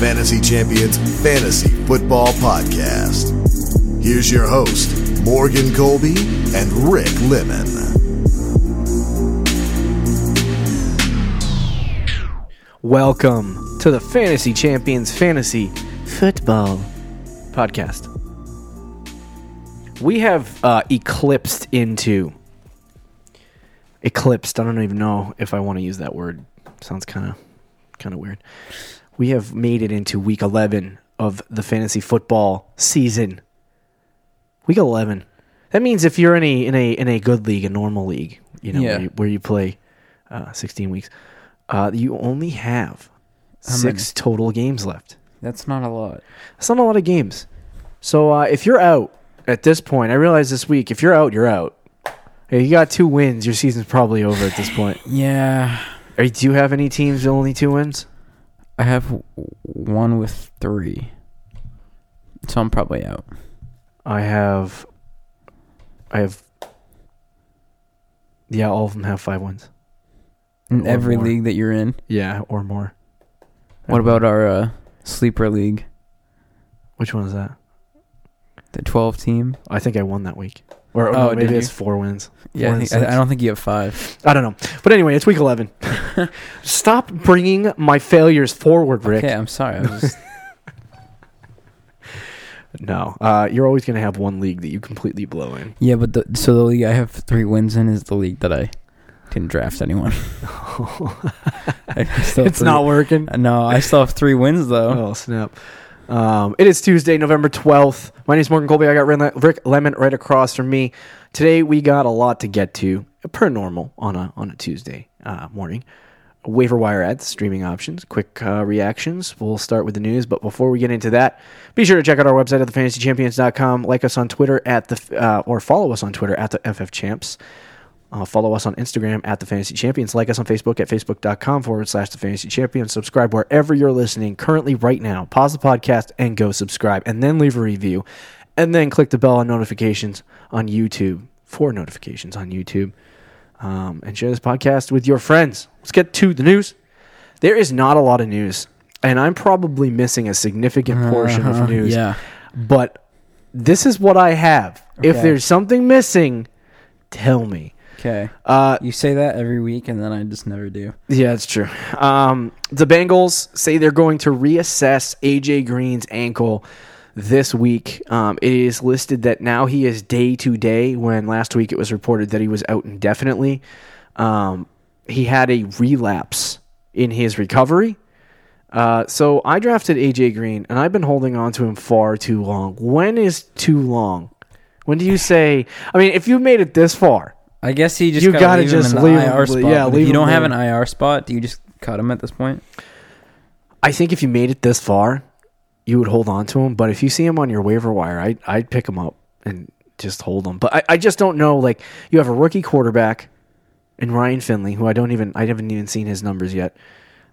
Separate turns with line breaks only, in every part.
Fantasy Champions Fantasy Football Podcast. Here's your host, Morgan Colby and Rick Lemon.
Welcome to the Fantasy Champions Fantasy Football Podcast. We have uh, eclipsed into. Eclipsed. I don't even know if I want to use that word. Sounds kind of kind of weird. We have made it into week 11 of the fantasy football season. Week 11. That means if you're in a in a in a good league, a normal league, you know,
Yeah.
where, you, where you play uh, 16 weeks, uh, you only have six total games left.
That's not a lot.
That's not a lot of games. So uh, if you're out at this point, I realize this week, if you're out, you're out. If you got two wins, your season's probably over at this point.
Yeah.
Are, do you have any teams with only two wins?
I have w- one with three. So I'm probably out.
I have, I have. Yeah, all of them have five wins.
In
Or
every
more.
league that you're in.
Yeah, or more.
What about our uh, sleeper league?
Which one is that?
The 12 team?
I think I won that week. Or
Oh,
no, maybe
did
it's
you?
four wins.
Yeah,
Four
I,
and
think, I,
six.
I don't think you have five.
I don't know. But anyway, it's week eleven. Stop bringing my failures forward, Rick.
Okay, I'm sorry. I was just,
No, uh, you're always going to have one league that you completely blow in.
yeah, but the, so the league I have three wins in is the league that I didn't draft anyone. I still have
it's
three- Uh,
not working.
No, I still have three wins though.
Oh snap! Um, it is Tuesday, November twelfth. My name is Morgan Colby. I got Ren- Rick Lemon right across from me. Today we got a lot to get to, per normal on a on a Tuesday uh, morning. Waiver wire ads, streaming options, quick uh, reactions. We'll start with the news, but before we get into that, be sure to check out our website at thefantasychampions.com. Like us on Twitter at the f- uh, or follow us on Twitter at the FF Champs. Uh, follow us on Instagram at the Fantasy Champions. Like us on Facebook at facebook.com forward slash the Fantasy Champions. Subscribe wherever you're listening currently right now. Pause the podcast and go subscribe, and then leave a review, and then click the bell on notifications on YouTube for notifications on YouTube. Um, and share this podcast with your friends. Let's get to the news. There is not a lot of news, and I'm probably missing a significant portion
Uh-huh,
of news
Yeah.
but this is what I have. If
Okay.
there's something missing, tell me.
Okay.
Uh,
You say that every week, and then I just never do.
yeah, it's true. Um, the Bengals say they're going to reassess AJ Green's ankle this week. Um, it is listed that now he is day to day, when last week it was reported that he was out indefinitely. Um, he had a relapse in his recovery. Uh, so I drafted AJ Green, and I've been holding on to him far too long. When is too long? When do you say? I mean, if you made it this far,
I guess he just
You
gotta,
gotta
leave
just
him in
leave
the IR
him,
spot.
yeah,
But
leave
if you
him
don't have
there.
an IR spot, do you just cut him at this point?
I think if you made it this far, you would hold on to him. But if you see him on your waiver wire, I'd, I'd pick him up and just hold him. But I, I just don't know. Like, you have a rookie quarterback in Ryan Finley, who I don't even, I haven't even seen his numbers yet.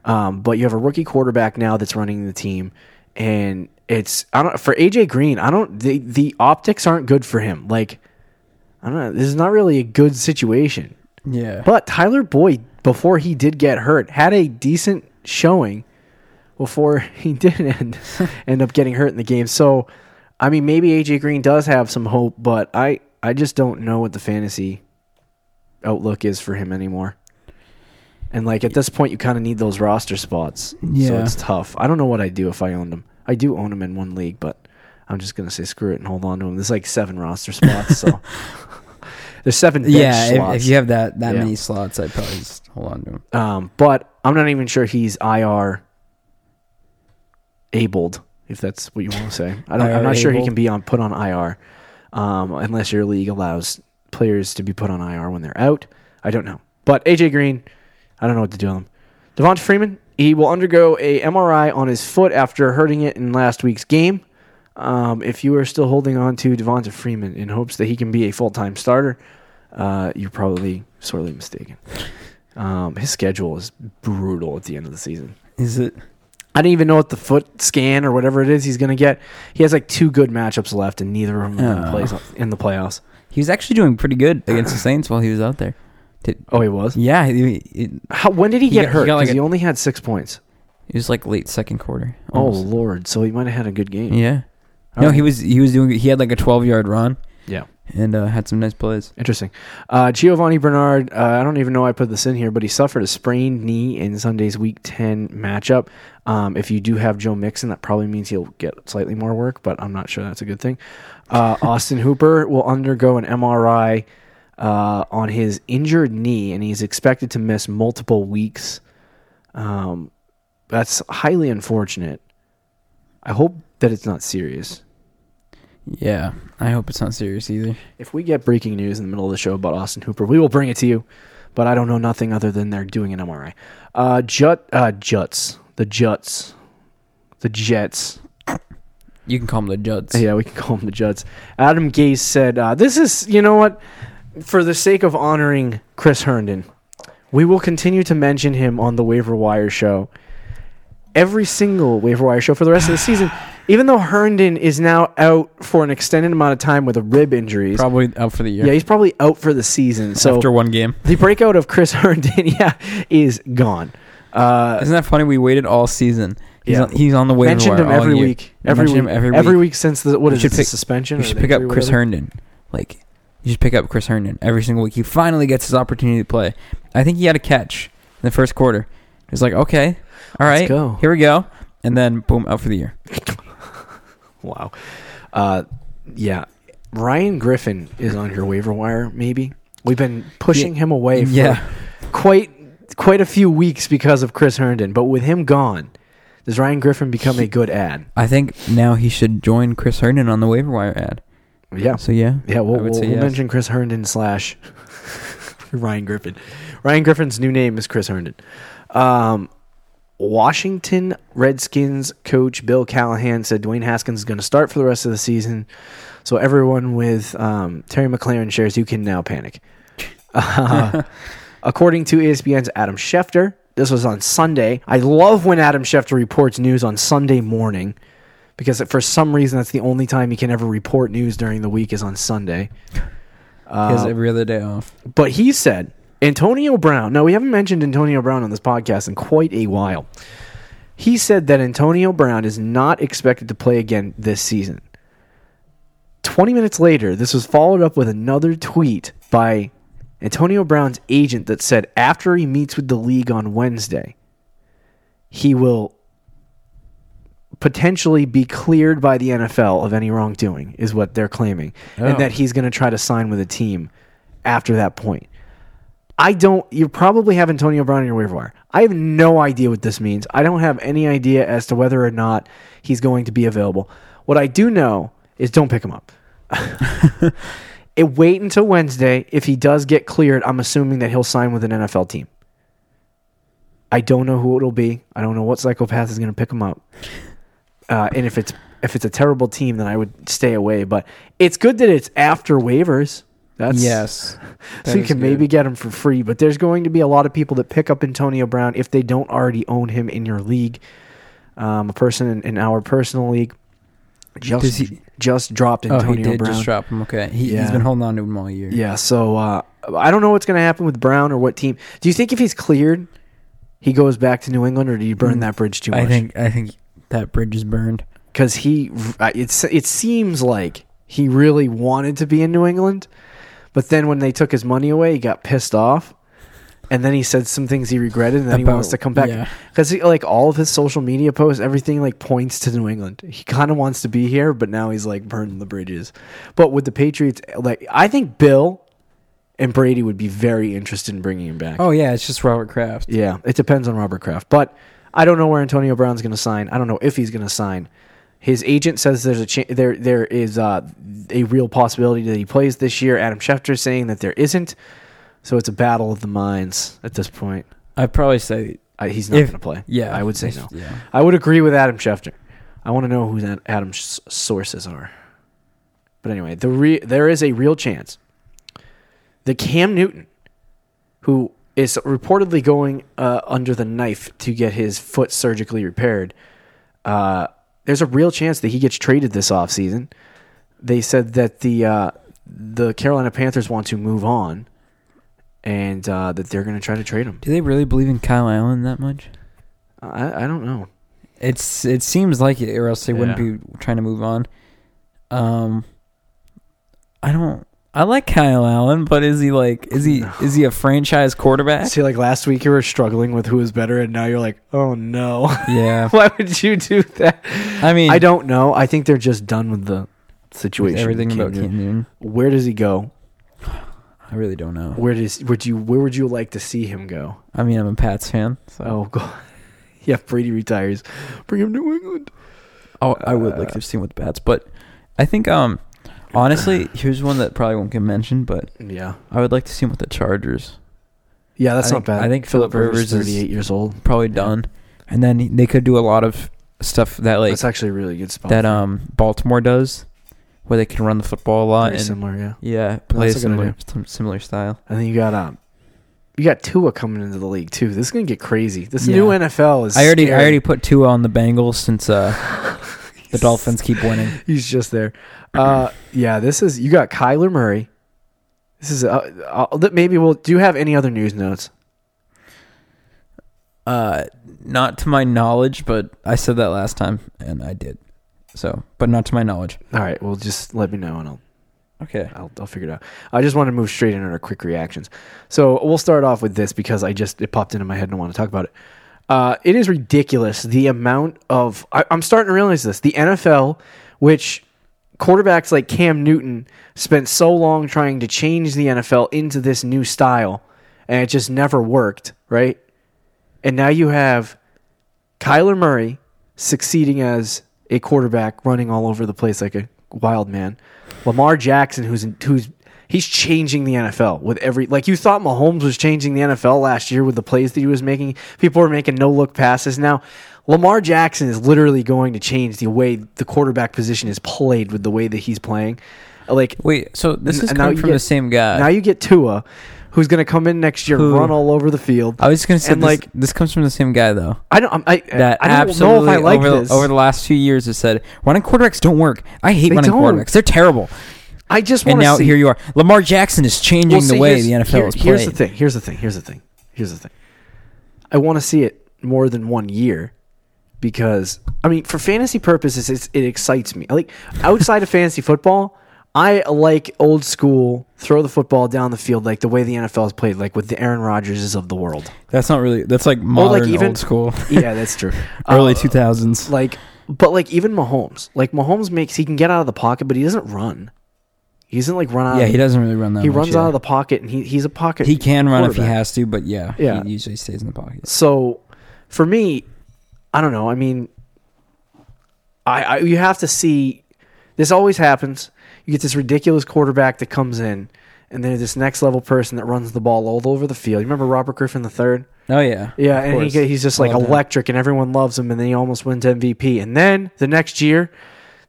Um, but you have a rookie quarterback now that's running the team. And it's, I don't, for AJ Green, I don't, the, the optics aren't good for him. Like, I don't know. This is not really a good situation.
Yeah.
But Tyler Boyd, before he did get hurt, had a decent showing before he did end, end up getting hurt in the game. So, I mean, maybe AJ Green does have some hope, but I, I just don't know what the fantasy outlook is for him anymore. And like at this point, you kind of need those roster spots. So
Yeah.
it's tough. I don't know what I'd do if I owned him. I do own him in one league, but I'm just gonna say screw it and hold on to him. There's like seven roster spots, so there's seven bench
yeah, if,
slots.
if you have that that
Yeah.
many slots, I'd probably just hold on to him.
Um, but I'm not even sure he's IR abled, if that's what you want to say. I don't, I'm not sure he
IR-able.
can be on put on IR um, unless your league allows players to be put on IR when they're out. I don't know. But AJ Green, I don't know what to do with him. Devonta Freeman, he will undergo a MRI on his foot after hurting it in last week's game. Um, if you are still holding on to Devonta Freeman in hopes that he can be a full time starter, uh, you're probably sorely mistaken. Um, his schedule is brutal at the end of the season.
Is it?
I didn't even know what the foot scan or whatever it is he's going to get. He has like two good matchups left, and neither of them
Oh.
plays in the playoffs.
He was actually doing pretty good against the Saints while he was out there. Did,
Oh, he was.
yeah, he, he-
How, when did he,
He
get
got- he
hurt?
got, like,
Because he
a-
only had six points.
It was like late second quarter.
Oh
almost.
lord, so he might have had a good game.
yeah.
All
no,
right.
he was he was doing he had like a 12 yard run
yeah.
and uh, had some nice plays.
Interesting. Uh, Giovanni Bernard, uh, I don't even know why I put this in here, but he suffered a sprained knee in Sunday's Week 10 matchup. Um, if you do have Joe Mixon, that probably means he'll get slightly more work, but I'm not sure that's a good thing. Uh, Austin Hooper will undergo an MRI uh, on his injured knee, and he's expected to miss multiple weeks. Um, that's highly unfortunate. I hope that it's not serious.
Yeah, I hope it's not serious either.
If we get breaking news in the middle of the show about Austin Hooper, we will bring it to you. But I don't know nothing other than they're doing an MRI. Uh, Jut, uh, Juts, the Juts, the Jets.
You can call him the Judds.
Yeah, we can call them the Juts. Adam Gase said, uh, "This is, you know what? For the sake of honoring Chris Herndon, we will continue to mention him on the waiver wire show. Every single waiver wire show for the rest of the season, even though Herndon is now out for an extended amount of time with a rib injury."
Probably out for the year.
Yeah, he's probably out for the season. So
after one game.
the breakout of Chris Herndon, yeah, is gone. Uh,
Isn't that funny? We waited all season. He's,
Yeah.
on, he's on the waiver
mentioned
wire
him
all
every
year.
week. Every week,
Mentioned him
every week. since the what
We
is
should
it, the
pick-
suspension?
You
or
should
the
pick up
injury,
Chris
whatever?
Herndon. Like you should pick up Chris Herndon every single week. He finally gets his opportunity to play. I think he had a catch in the first quarter. He's like, okay, all
Let's
right,
go.
here we go, and then boom, out for the year.
Wow. Uh, yeah, Ryan Griffin is on your waiver wire. Maybe we've been pushing him away. For
Yeah.
quite quite a few weeks because of Chris Herndon. But with him gone, does Ryan Griffin become a good ad?
I think now he should join Chris Herndon on the waiver wire ad.
Yeah.
So yeah,
Yeah, we'll,
I would
we'll,
say
we'll
yes.
mention Chris Herndon slash Ryan Griffin. Ryan Griffin's new name is Chris Herndon. Um, Washington Redskins coach Bill Callahan said Dwayne Haskins is going to start for the rest of the season. So everyone with um, Terry McLaren shares, you can now panic. Uh, according to E ESPN's Adam Schefter, this was on Sunday. I love when Adam Schefter reports news on Sunday morning because for some reason that's the only time he can ever report news during the week is on Sunday.
he has every other day off.
But he said Antonio Brown. Now we haven't mentioned Antonio Brown on this podcast in quite a while. He said that Antonio Brown is not expected to play again this season. 20 minutes later, this was followed up with another tweet by Antonio Brown's agent that said after he meets with the league on Wednesday, he will potentially be cleared by the NFL of any wrongdoing, is what they're claiming,
Oh.
and that he's going to try to sign with a team after that point. I don't. You probably have Antonio Brown on your waiver wire. I have no idea what this means. I don't have any idea as to whether or not he's going to be available. What I do know is don't pick him up. it, wait until Wednesday. If he does get cleared, I'm assuming that he'll sign with an NFL team. I don't know who it'll be. I don't know what psychopath is going to pick him up. Uh, and if it's if it's a terrible team, then I would stay away. But it's good that it's after waivers. That's
yes,
so you can maybe get him for free, but there's going to be a lot of people that pick up Antonio Brown if they don't already own him in your league. Um, a person in, in our personal league just
Does he-
just dropped
Oh,
Antonio
he did
Brown.
just drop him. Okay, he,
Yeah.
he's been holding on to him all year.
Yeah, so uh, I don't know what's going to happen with Brown or what team. Do you think if he's cleared, he goes back to New England, or do you burn that bridge too much?
Mm. I think I think that bridge is burned.
because he I- it's it seems like he really wanted to be in New England, but then when they took his money away, he got pissed off, and then he said some things he regretted, and then he
About-
wants to come back
yeah.
because like all of his social media posts, everything like points to New England. He kind of wants to be here, but now he's like burning the bridges. But with the Patriots, like I think Bill and Brady would be very interested in bringing him back.
Oh yeah, it's just Robert Kraft.
Yeah, it depends on Robert Kraft. But I don't know where Antonio Brown's going to sign. I don't know if he's going to sign. His agent says there's a cha- there there is uh, a real possibility that he plays this year. Adam Schefter is saying that there isn't. So it's a battle of the minds at this point.
I'd probably say
I, he's not
If-
going to play.
yeah,
I would say
if-
no.
yeah.
I would agree with Adam Schefter. I want to know who that Adam's s- sources are. But anyway, the re- there is a real chance that Cam Newton, who is reportedly going uh, under the knife to get his foot surgically repaired, uh, there's a real chance that he gets traded this offseason. They said that the uh, the Carolina Panthers want to move on, and uh, that they're going to try to trade him.
Do they really believe in Kyle Allen that much?
I, I don't know.
It's it seems like it, or else they wouldn't
Yeah.
be trying to move on. Um, I don't. I like Kyle Allen, but is he like is he is he a franchise quarterback?
See, like last week you were struggling with who is better, and now you're like, oh no,
Yeah,
why would you do that?
I mean,
I don't know. I think they're just done with the situation.
with everything
Cam
about
Newton.
Cam Newton.
Where does he go?
I really don't know.
Where does would you where would you like to see him go?
I mean, I'm a Pats fan. So.
Oh god. Yeah, Brady retires. Bring him to England.
Oh, I would like to see him with the Pats, but I think um, honestly, here's one that probably won't get mentioned, but
Yeah.
I would like to see him with the Chargers.
Yeah, that's
I
not
think-
bad.
I think Philip Rivers is-
38 years old.
Probably
Yeah.
done, and then he- they could do a lot of stuff that like
that's actually a really good spot.
that um Baltimore does, where they can run the football a lot
Very
uh, and
similar, yeah.
yeah, play
that's a good
similar
idea.
sim- similar style.
And then you got um you got Tua coming into the league too. This is going to get crazy. This
Yeah.
new NFL is
I already
scary.
I already put two on the Bengals since uh the Dolphins keep winning.
He's just there. Uh, yeah, this is you got Kyler Murray. This is uh, uh, maybe we'll. Do you have any other news notes?
Uh, not to my knowledge, but I said that last time and I did. So, but not to my knowledge.
All right, well, just let me know and I'll
Okay.
I'll, I'll figure it out. I just want to move straight into our quick reactions. So we'll start off with this because I just it popped into my head and I want to talk about it. Uh, it is ridiculous the amount of I, I'm starting to realize this. The NFL, which quarterbacks like Cam Newton spent so long trying to change the NFL into this new style, and it just never worked, right? And now you have Kyler Murray succeeding as a quarterback, running all over the place like a wild man. Lamar Jackson, who's in, who's he's changing the NFL with every like you thought Mahomes was changing the NFL last year with the plays that he was making. People were making no look passes now. Lamar Jackson is literally going to change the way the quarterback position is played with the way that he's playing. Like
Wait, so this is
And now
coming
you
from
get-
the same guy.
now you get Tua, who's going to come in next year,
Who-
run all over the field.
I was just gonna say,
and,
this,
like-
like this comes from the same guy though.
I don't. I'm- I,
That
I don't know
absolutely
if I like
over,
this.
over the last few years has said running quarterbacks don't work. I hate
They
running
don't.
quarterbacks. They're terrible.
I just
and
want to
now
see.
here you are. Lamar Jackson is changing
Well,
the
see,
way
here's-
the NFL
here-
is played.
Here's the thing. Here's the thing. Here's the thing. Here's the thing. I want to see it more than one year because I mean, for fantasy purposes, it's, it excites me. Like outside of fantasy football, I like old school throw the football down the field like the way the NFL is played, like with the Aaron Rodgerses of the world.
That's not really. That's like modern,
even-
old school,
Yeah, that's true.
early
Uh,
two thousands.
like but like even Mahomes, like Mahomes makes he can get out of the pocket, but he doesn't run. He doesn't like run out.
Yeah,
of,
he doesn't really run that.
He
much,
runs
yeah.
out of the pocket, and he he's a pocket.
He can run if he
quarterback.
has to, but yeah,
Yeah.
he usually stays in the pocket.
So for me, I don't know. I mean, I, I you have to see. This always happens. You get this ridiculous quarterback that comes in, and then this next level person that runs the ball all over the field. You remember Robert Griffin III?
Oh yeah,
Yeah,
of
and he,
course.
get- he's just like
Love that.
electric, and everyone loves him, and then he almost wins MVP. And then the next year,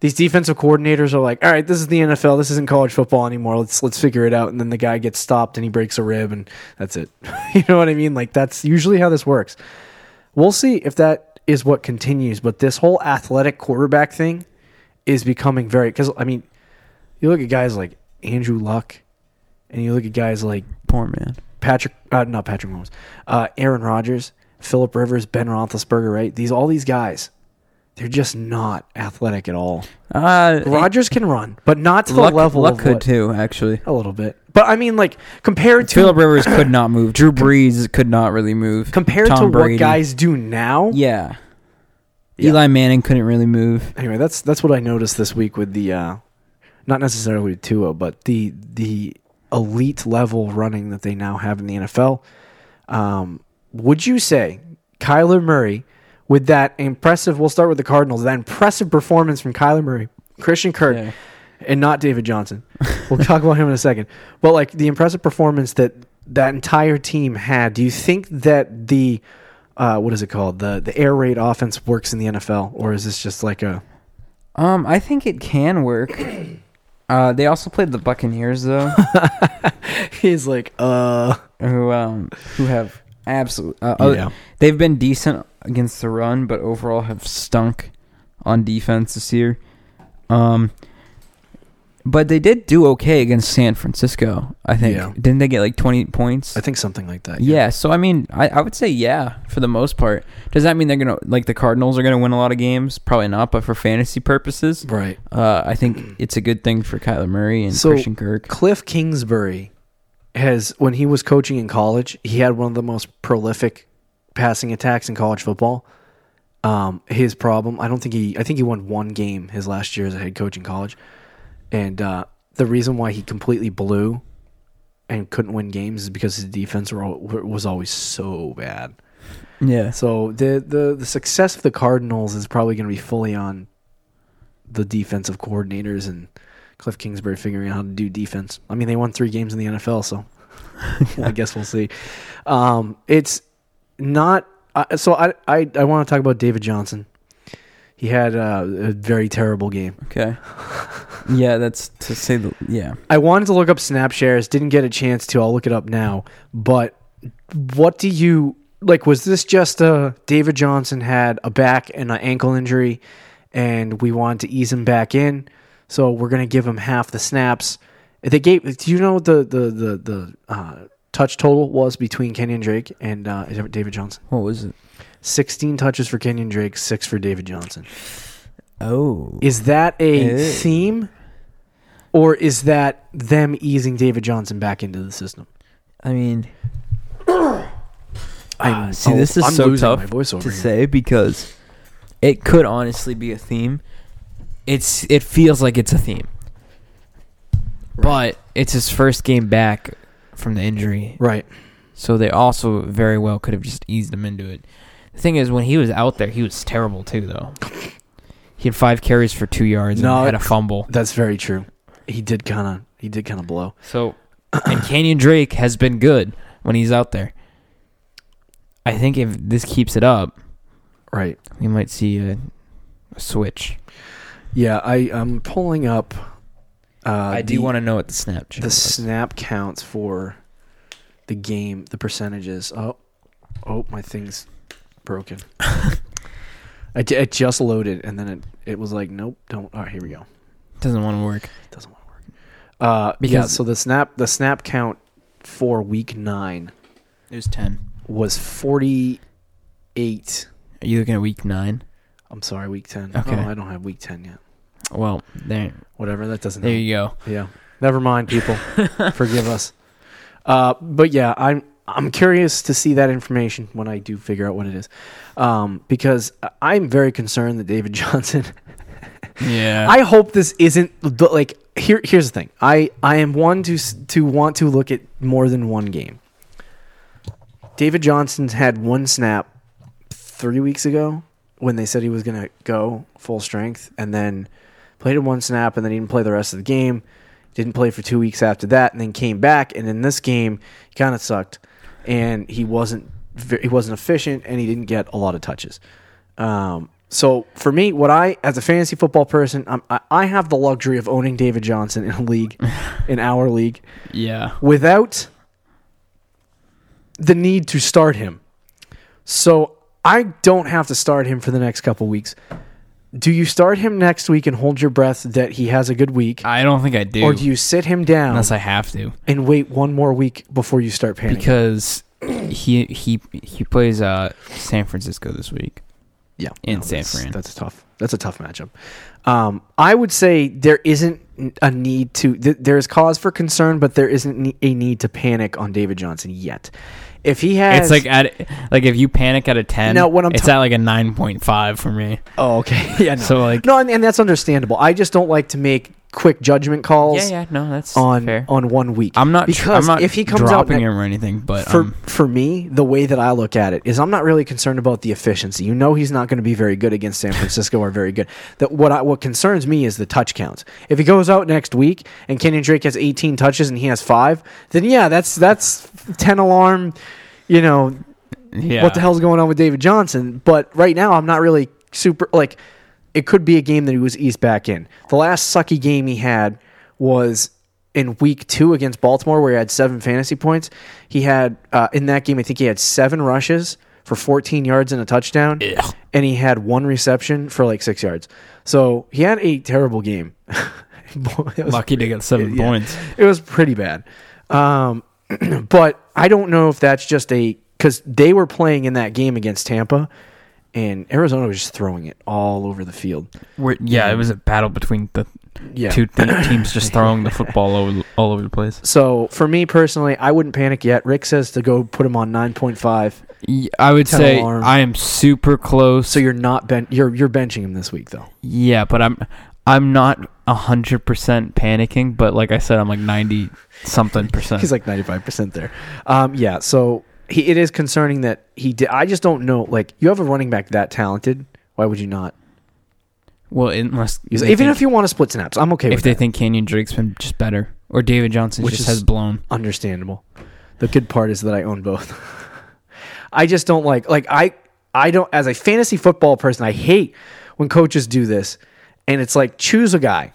these defensive coordinators are like, "All right, this is the NFL. This isn't college football anymore. Let's let's figure it out." And then the guy gets stopped, and he breaks a rib, and that's it. you know what I mean? Like that's usually how this works. We'll see if that is what continues, but this whole athletic quarterback thing is becoming very because I mean, you look at guys like Andrew Luck, and you look at guys like
Poor man.
Patrick, uh, not Patrick Mahomes, uh, Aaron Rodgers, Philip Rivers, Ben Roethlisberger, right? These all these guys, they're just not athletic at all.
Uh,
Rodgers can run, but not to
luck,
the level
luck
of
could
what-
too. Actually,
a little bit. But I mean, like compared to
Philip Rivers could not move. Drew Brees could not really move.
compared
Tom
to
Brady.
what guys do now.
yeah.
Yeah.
Eli Manning couldn't really move.
Anyway, that's that's what I noticed this week with the, uh, not necessarily with Tua, but the the elite level running that they now have in the NFL. Um, would you say Kyler Murray, with that impressive, we'll start with the Cardinals, that impressive performance from Kyler Murray, Christian Kirk,
Yeah.
and not David Johnson. We'll talk about him in a second. But like the impressive performance that that entire team had, do you think that the uh, what is it called the the air raid offense works in the NFL, or is this just like a
Um, I think it can work. Uh, they also played the Buccaneers though,
he's like uh
who um who have absolute. Uh, other-
Yeah.
They've been decent against the run, but overall have stunk on defense this year. Um, But they did do okay against San Francisco, I think.
Yeah.
Didn't they get like 20 points?
I think something like that.
yeah, so I mean, I, I would say yeah for the most part. Does that mean they're going to, like, the Cardinals are going to win a lot of games? Probably not, but for fantasy purposes,
Right.
uh, I think it's a good thing for Kyler Murray and
So-
Christian Kirk.
Cliff Kingsbury has, when he was coaching in college, he had one of the most prolific passing attacks in college football. Um, his problem, I don't think he, I think he won one game his last year as a head coach in college. And uh, the reason why he completely blew and couldn't win games is because his defense were, al- was always so bad.
Yeah.
So the, the, the success of the Cardinals is probably going to be fully on the defensive coordinators and Cliff Kingsbury figuring out how to do defense. I mean, they won three games in the NFL, so I guess we'll see. Um, it's not I so. I I, I want to talk about David Johnson. He had uh, a very terrible game.
Okay. yeah, that's to say the, yeah.
I wanted to look up snap shares, didn't get a chance to. I'll look it up now. But what do you like? Was this just a David Johnson had a back and an ankle injury, and we wanted to ease him back in, so we're gonna give him half the snaps. They gave. Do you know what the the the the uh, touch total was between Kenyon Drake and uh, David Johnson?
What was it?
Sixteen touches for Kenyon Drake, six for David Johnson.
Oh.
Is that a
Ew.
theme, or is that them easing David Johnson back into the system?
I mean,
I'm,
Ah,
oh,
see, this is
I'm
so
losing
tough
My voice over
to
here.
say because it could honestly be a theme. It's it feels like it's a theme, but it's his first game back from the injury,
right,
so they also very well could have just eased him into it. The thing is, when he was out there, he was terrible too, though. He had five carries for two yards
No,
and had a
it-
fumble.
that's very true. He did kind of, he did kind of blow.
So, and Canyon Drake has been good when he's out there. I think if this keeps it up,
Right.
we might see a, a switch.
Yeah, I I'm pulling up. Uh,
I do want to know what the snap
the snap counts for the game, the percentages. Oh, oh, my thing's broken. I, ju- it just loaded and then it it was like nope, don't. All right, here we go.
doesn't want to work.
doesn't want to work. Uh, yeah,
Because-
so the snap the snap count for week nine
It was ten.
was forty eight.
Are you looking at week nine?
I'm sorry, week ten.
Okay.
Oh, I don't have week ten yet.
Well, there,
Whatever, that doesn't.
there
help.
you go.
Yeah, never mind, people. Forgive us. Uh, but yeah, I'm I'm curious to see that information when I do figure out what it is, um, because I- I'm very concerned that David Johnson
Yeah,
I hope this isn't the- like here. Here's the thing. I I am one to s- to want to look at more than one game. David Johnson's had one snap three weeks ago when they said he was gonna go full strength, and then played in one snap, and then he didn't play the rest of the game. Didn't play for two weeks after that, and then came back. And in this game, he kind of sucked, and he wasn't ve- he wasn't efficient, and he didn't get a lot of touches. Um, so for me, what I, as a fantasy football person, I'm, I, I have the luxury of owning David Johnson in a league, in our league,
yeah.
without the need to start him. So I don't have to start him for the next couple weeks. Do you start him next week and hold your breath that he has a good week,
I don't think I do,
or do you sit him down
unless I have to,
and wait one more week before you start panicking?
because he he he plays uh San Francisco this week.
Yeah,
in San
that's-
Fran.
That's tough. That's a tough matchup. Um, I would say there isn't a need to. Th- there is cause for concern, but there isn't ne- a need to panic on David Johnson yet. If he has,
It's like at like if you panic at a ten,
No, what I'm
it's
ta-
at like a nine point five for me.
oh, okay, yeah, no,
So like,
no, and, and that's understandable. I just don't like to make quick judgment calls
yeah, yeah, no, that's
on
fair.
on one week.
I'm not
because
because I'm not
if he comes out
dropping
ne-
him or anything, but
for
um,
for me, the way that I look at it is I'm not really concerned about the efficiency. You know he's not going to be very good against San Francisco or very good. That what I, what concerns me is the touch counts. If he goes out next week and Kenyon Drake has 18 touches and he has 5, then yeah, that's that's 10 alarm, you know,
yeah,
what the hell's going on with David Johnson. But right now, I'm not really super like. It could be a game that he was eased back in. The last sucky game he had was in week two against Baltimore, where he had seven fantasy points. He had uh, in that game, I think he had seven rushes for 14 yards and a touchdown,
Ugh.
and he had one reception for like six yards. So he had a terrible game. It was
Lucky to get seven
yeah.
points.
it was pretty bad. Um, but I don't know if that's just a because they were playing in that game against Tampa, and Arizona was just throwing it all over the field.
We're, yeah, it was a battle between the
Yeah.
two th- teams just throwing the football all, all over the place.
So for me personally, I wouldn't panic yet. Rick says to go put him on nine point five.
Y- I would
Kinda
say
alarmed.
I am super close.
So you're not ben- you're you're benching him this week though.
yeah, but I'm I'm not hundred percent panicking. But like I said, I'm like ninety something percent.
He's like ninety five percent there. Um, yeah. So he, it is concerning that he did. I just don't know. Like you have a running back that talented. Why would you not?
well, unless they
Even
think-
if you want to split snaps, I'm okay
if
with
they
that.
think Canyon Drake's been just better or David Johnson
Which
just
is-
has blown.
understandable. The good part is that I own both. I just don't like like I I don't as a fantasy football person, I hate when coaches do this and it's like choose a guy.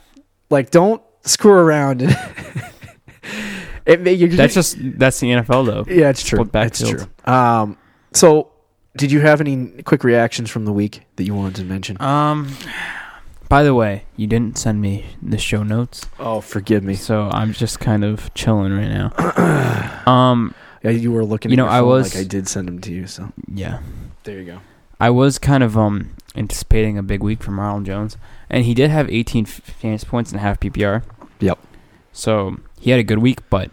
Like don't screw around and it may, you
That's just that's the NFL though.
Yeah, it's true.
split
That's
backfields.
true. Um so did you have any quick reactions from the week that you wanted to mention?
Um. By the way, you didn't send me the show notes,
Oh, forgive me.
so I'm just kind of chilling right now. um.
Yeah, you were looking.
You
at
know,
your
I
phone
was-
like I did send them to you. So
Yeah.
there you go.
I was kind of um anticipating a big week from Ronald Jones, and he did have 18 f- fantasy points and a half PPR.
Yep.
So he had a good week, but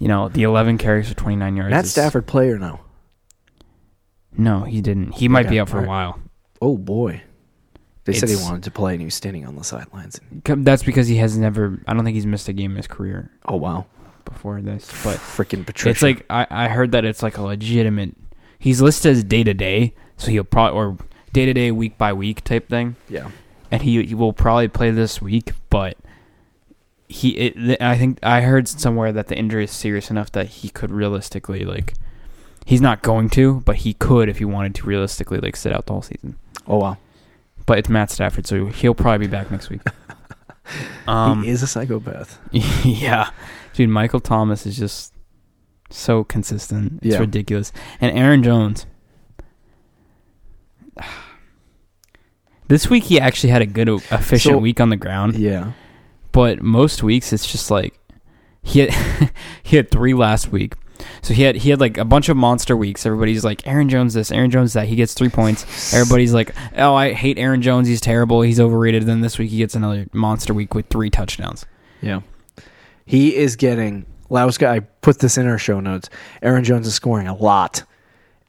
you know the 11 carries for 29 yards.
Matt
is-
Stafford player now.
No, he didn't. He might
Okay,
be out for a
alright.
while.
Oh boy. They said he
It's-
wanted to play and he was standing on the sidelines. And,
C- That's because he has never. I don't think he's missed a game in his career
oh wow.
before this. But
freaking Patricia.
it's like I, I heard that it's like a legitimate. He's listed as day to day, so he'll probably or day to day, week by week type thing.
yeah.
and he, he will probably play this week, but he it, th- I think I heard somewhere that the injury is serious enough that he could realistically like he's not going to, but he could if he wanted to realistically like sit out the whole season.
Oh wow.
But it's Matt Stafford, so he'll probably be back next week. Um,
he is a psychopath.
yeah, dude, Michael Thomas is just so consistent. It's
Yeah.
ridiculous, and Aaron Jones. This week he actually had a good, o- efficient
So-
week on the ground.
Yeah.
But most weeks it's just like he had, he had three last week. So he had he had like a bunch of monster weeks. Everybody's like Aaron Jones this, Aaron Jones that. He gets three points. Everybody's like, oh, I hate Aaron Jones. He's terrible. He's overrated. Then this week he gets another monster week with three touchdowns.
Yeah. He is getting Lauska, I put this in our show notes. Aaron Jones is scoring a lot.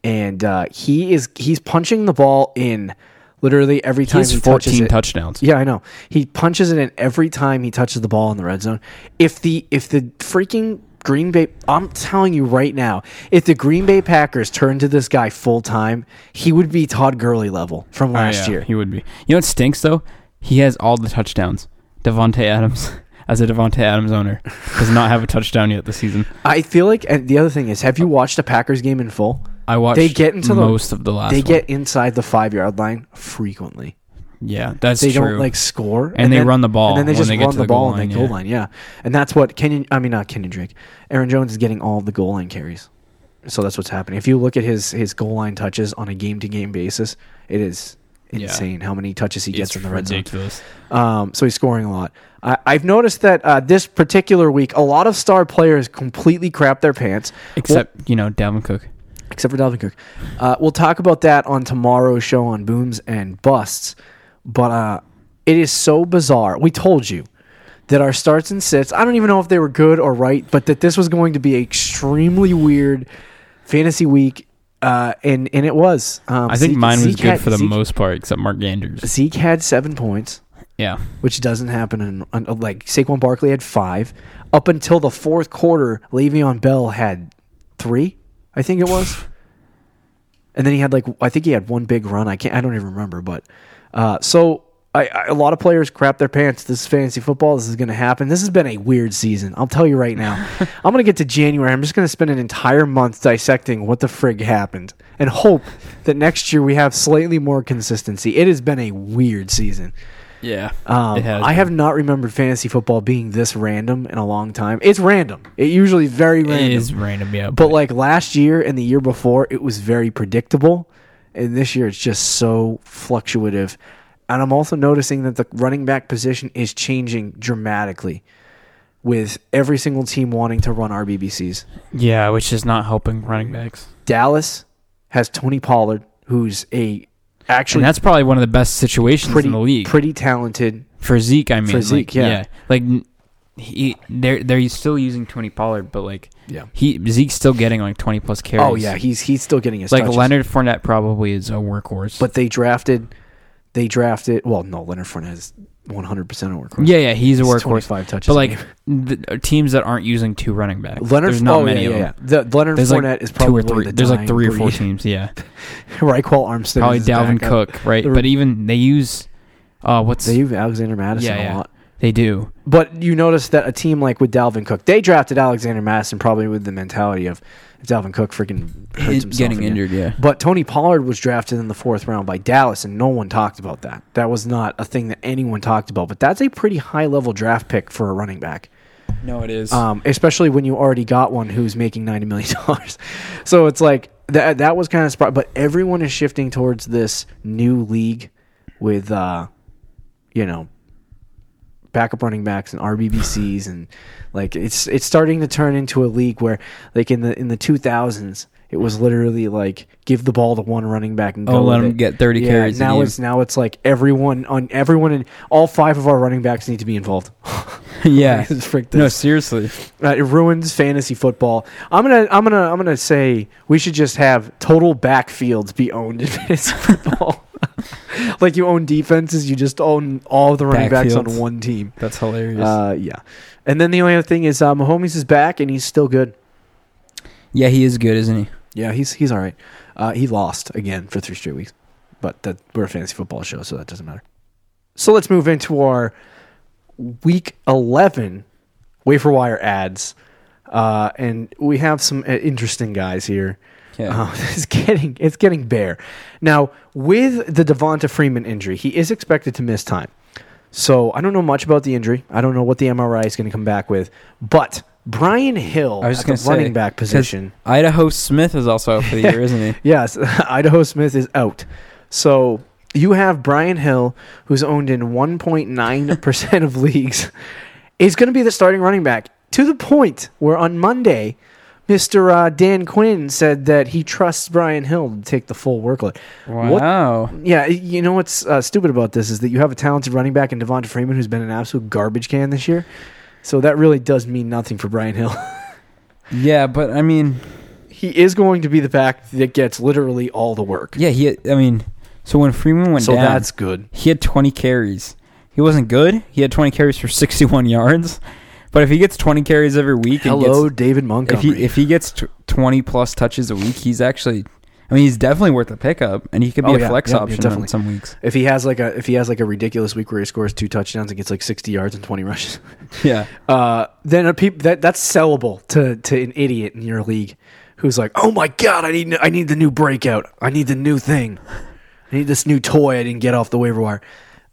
And uh, he is he's punching the ball in literally every
He
time
has
he, touches
fourteen
it.
touchdowns.
Yeah, I know. He punches it in every time he touches the ball in the red zone. If the if the freaking Green Bay, I'm telling you right now, if the Green Bay Packers turned to this guy full time, he would be Todd Gurley level from last
Oh, Yeah,
year.
He would be. You know what stinks though? He has all the touchdowns. Devonte Adams, as a Devonte Adams owner, does not have a touchdown yet this season.
I feel like, and the other thing is, have you watched a Packers game in full?
I watched
They get into the-
most of the last.
they
one.
get inside the five yard line frequently.
yeah. That's
They
true.
don't like score,
And they run the ball
and then they
when
just
they get
run
to
the
the goal
ball on the
line,
goal
yeah.
line. Yeah, and that's what Kenyon. I mean, not Kenyon Drake. Aaron Jones is getting all the goal line carries, so that's what's happening. If you look at his his goal line touches on a game to game basis, it is
Yeah.
insane how many touches he gets
it's
in the red zone.
ridiculous.
Um, so he's scoring a lot. I, I've noticed that uh, this particular week, a lot of star players completely crap their pants.
Except you know Dalvin Cook.
except for Dalvin Cook. Uh, we'll talk about that on tomorrow's show on booms and busts. But uh, it is so bizarre. We told you that our starts and sits. I don't even know if they were good or right, but that this was going to be an extremely weird fantasy week, uh, and and it was. Um,
I think
Zeke-
mine was
Zeke
good
had-
for the
Zeke-
most part, except Mark Andrews.
Zeke had seven points
Yeah,
which doesn't happen. In, un uh, like Saquon Barkley had five up until the fourth quarter. Le'Veon Bell had three, I think it was, and then he had like I think he had one big run. I can't, I don't even remember, but uh, so. I, I, a lot of players crap their pants. This is fantasy football. This is going to happen. This has been a weird season. I'll tell you right now. I'm going to get to January. I'm just going to spend an entire month dissecting what the frig happened and hope that next year we have slightly more consistency. It has been a weird season.
yeah.
Um,
It has
I
been.
have not remembered fantasy football being this random in a long time. It's random. It usually is very
It
random.
is random, yeah.
But like last year and the year before, it was very predictable, and this year it's just so fluctuative. And I'm also noticing that the running back position is changing dramatically with every single team wanting to run RBBCs.
Yeah, which is not helping running backs.
Dallas has Tony Pollard, who's a
And
actually
that's probably one of the best situations
pretty
in the league
pretty talented.
for Zeke. I mean,
For Zeke,
like,
yeah.
like n- he they're they're still using Tony Pollard, but like
Yeah.
he Zeke's still getting like twenty plus carries.
Oh yeah, he's he's still getting his
like
touches.
Leonard Fournette probably is a workhorse.
but they drafted they drafted well no Leonard Fournette is 100% a workhorse.
yeah, yeah, he's a
He's
workhorse.
25 touches. a
But like
game.
the, teams that aren't using two running backs,
Leonard
there's not
oh,
many
yeah,
of
yeah,
them.
yeah. The, Leonard
There's
Fournette
like
is
two or
probably the
three. There's like
dying
three or four
breed.
teams. Yeah,
Reichwell Armstead
probably
is his
Dalvin
backup.
Cook, right?
The-
But even they use, uh, what's
They
they,
use Alexander Madison
Yeah,
a
yeah.
lot.
do?
But you notice that a team like with Dalvin Cook, they drafted Alexander Madison probably with the mentality of if Dalvin Cook freaking hurts himself
Getting
again.
injured, yeah.
But Tony Pollard was drafted in the fourth round by Dallas, and no one talked about that. That was not a thing that anyone talked about. But that's a pretty high level draft pick for a running back,
No, it is.
um, especially when you already got one who's making ninety million dollars. So it's like that. That was kind of spot. But everyone is shifting towards this new league with, uh, you know, backup running backs and RBBCs and like it's it's starting to turn into a league where like in the in the 2000s it was literally like give the ball to one running back and go
Oh, let
with
him
it.
get 30
Yeah,
carries a
Now
game.
it's now it's like everyone on everyone and all five of our running backs need to be involved.
yeah.
It's frick
No,
this.
seriously.
Uh, it ruins fantasy football. I'm gonna, I'm gonna, I'm gonna say we should just have total backfields be owned in fantasy football. like you own defenses, you just own all the running backs on
Backfields.
one team.
That's hilarious.
Uh, yeah. And then the only other thing is uh, Mahomes is back and he's still good.
yeah, he is good, isn't he?
Yeah, he's he's all right. Uh, he lost again for three straight weeks, but that we're a fantasy football show, so that doesn't matter. So let's move into our week eleven wafer wire ads, uh, and we have some uh, interesting guys here.
Yeah.
Uh, it's getting it's getting bare. Now with the Devonta Freeman injury, he is expected to miss time. So I don't know much about the injury. I don't know what the MRI is going to come back with. But Brian Hill,
I was just
at
gonna
the
say,
running back
'cause
position.
Idaho Smith is also out for the year, isn't he?
Yes, Idaho Smith is out. So you have Brian Hill, who's owned in 1.9% of leagues, is going to be the starting running back to the point where on Monday, Mr. Uh, Dan Quinn said that he trusts Brian Hill to take the full workload. What
Wow.
yeah, you know what's uh, stupid about this is that you have a talented running back in Devonta Freeman who's been an absolute garbage can this year. So that really does mean nothing for Brian Hill.
Yeah, but I mean,
he is going to be the back that gets literally all the work.
yeah, he. I mean, so when Freeman went
so
down,
that's good.
he had 20 carries. He wasn't good. He had 20 carries for 61 yards. But if he gets 20 carries every week, and
Hello,
gets-
David
if
Montgomery.
he if he gets t- 20 plus touches a week, he's actually. I mean, he's definitely worth a pickup, and he could be
Oh,
a
yeah,
flex
yeah, yeah,
option
definitely.
on some weeks.
if he has like a if he has like a ridiculous week where he scores two touchdowns and gets like sixty yards and twenty rushes,
Yeah.
uh, then a peop- that that's sellable to to an idiot in your league who's like, oh my god, I need I need the new breakout, I need the new thing, I need this new toy I didn't get off the waiver wire.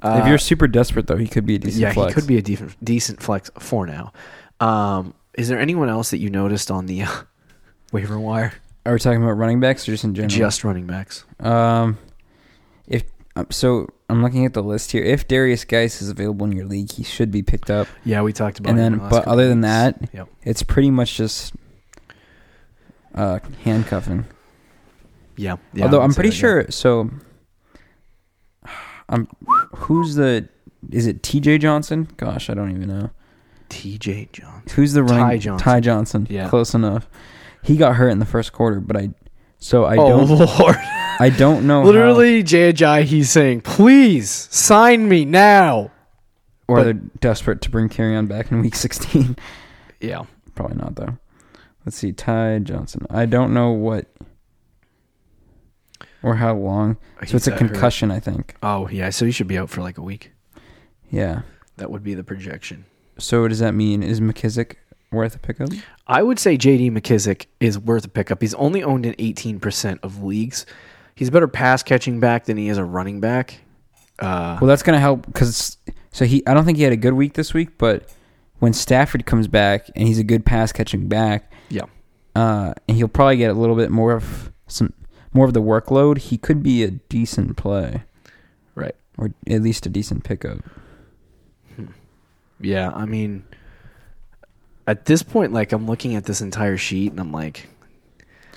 Uh,
if you're super desperate, though, he could be a decent
yeah,
flex.
he could be a decent decent flex for now. Um, is there anyone else that you noticed on the uh, waiver wire?
Are we talking about running backs or just in general?
Just running backs.
Um, if um, so, I'm looking at the list here. If Darius Geis is available in your league, he should be picked up.
Yeah, we talked about.
And
him
then-
in the last
but
couple
other than
weeks.
that-
yep.
It's pretty much just uh, handcuffing.
Yeah. yeah I
Although
would
I'm
say
pretty
that, yeah.
sure. So, I'm who's the is it T.J. Johnson? Gosh, I don't even know
TJ Johnson.
who's the running
Ty Johnson.
Ty Johnson.
Yeah.
close enough. He got hurt in the first quarter, but I so I don't
Lord.
I don't know how-
Oh. Literally, JHI, he's saying, please sign me now.
or
but-
they're desperate to bring Carry on back in week 16.
Yeah.
Probably not though. Let's see, Ty Johnson. I don't know what or how long. So it's a concussion, I think.
Oh, yeah. So he should be out for like a week.
Yeah.
That would be the projection.
So what does that mean? Is McKissick worth a pickup?
I would say JD McKissick is worth a pickup. He's only owned in 18% of leagues. He's a better pass catching back than he is a running back. Uh,
Well, that's gonna help because so he. I don't think he had a good week this week, but when Stafford comes back and he's a good pass catching back,
yeah.
uh, and he'll probably get a little bit more of some more of the workload. He could be a decent play.
Right.
or at least a decent pickup.
Yeah, I mean, at this point, like I'm looking at this entire sheet and I'm like,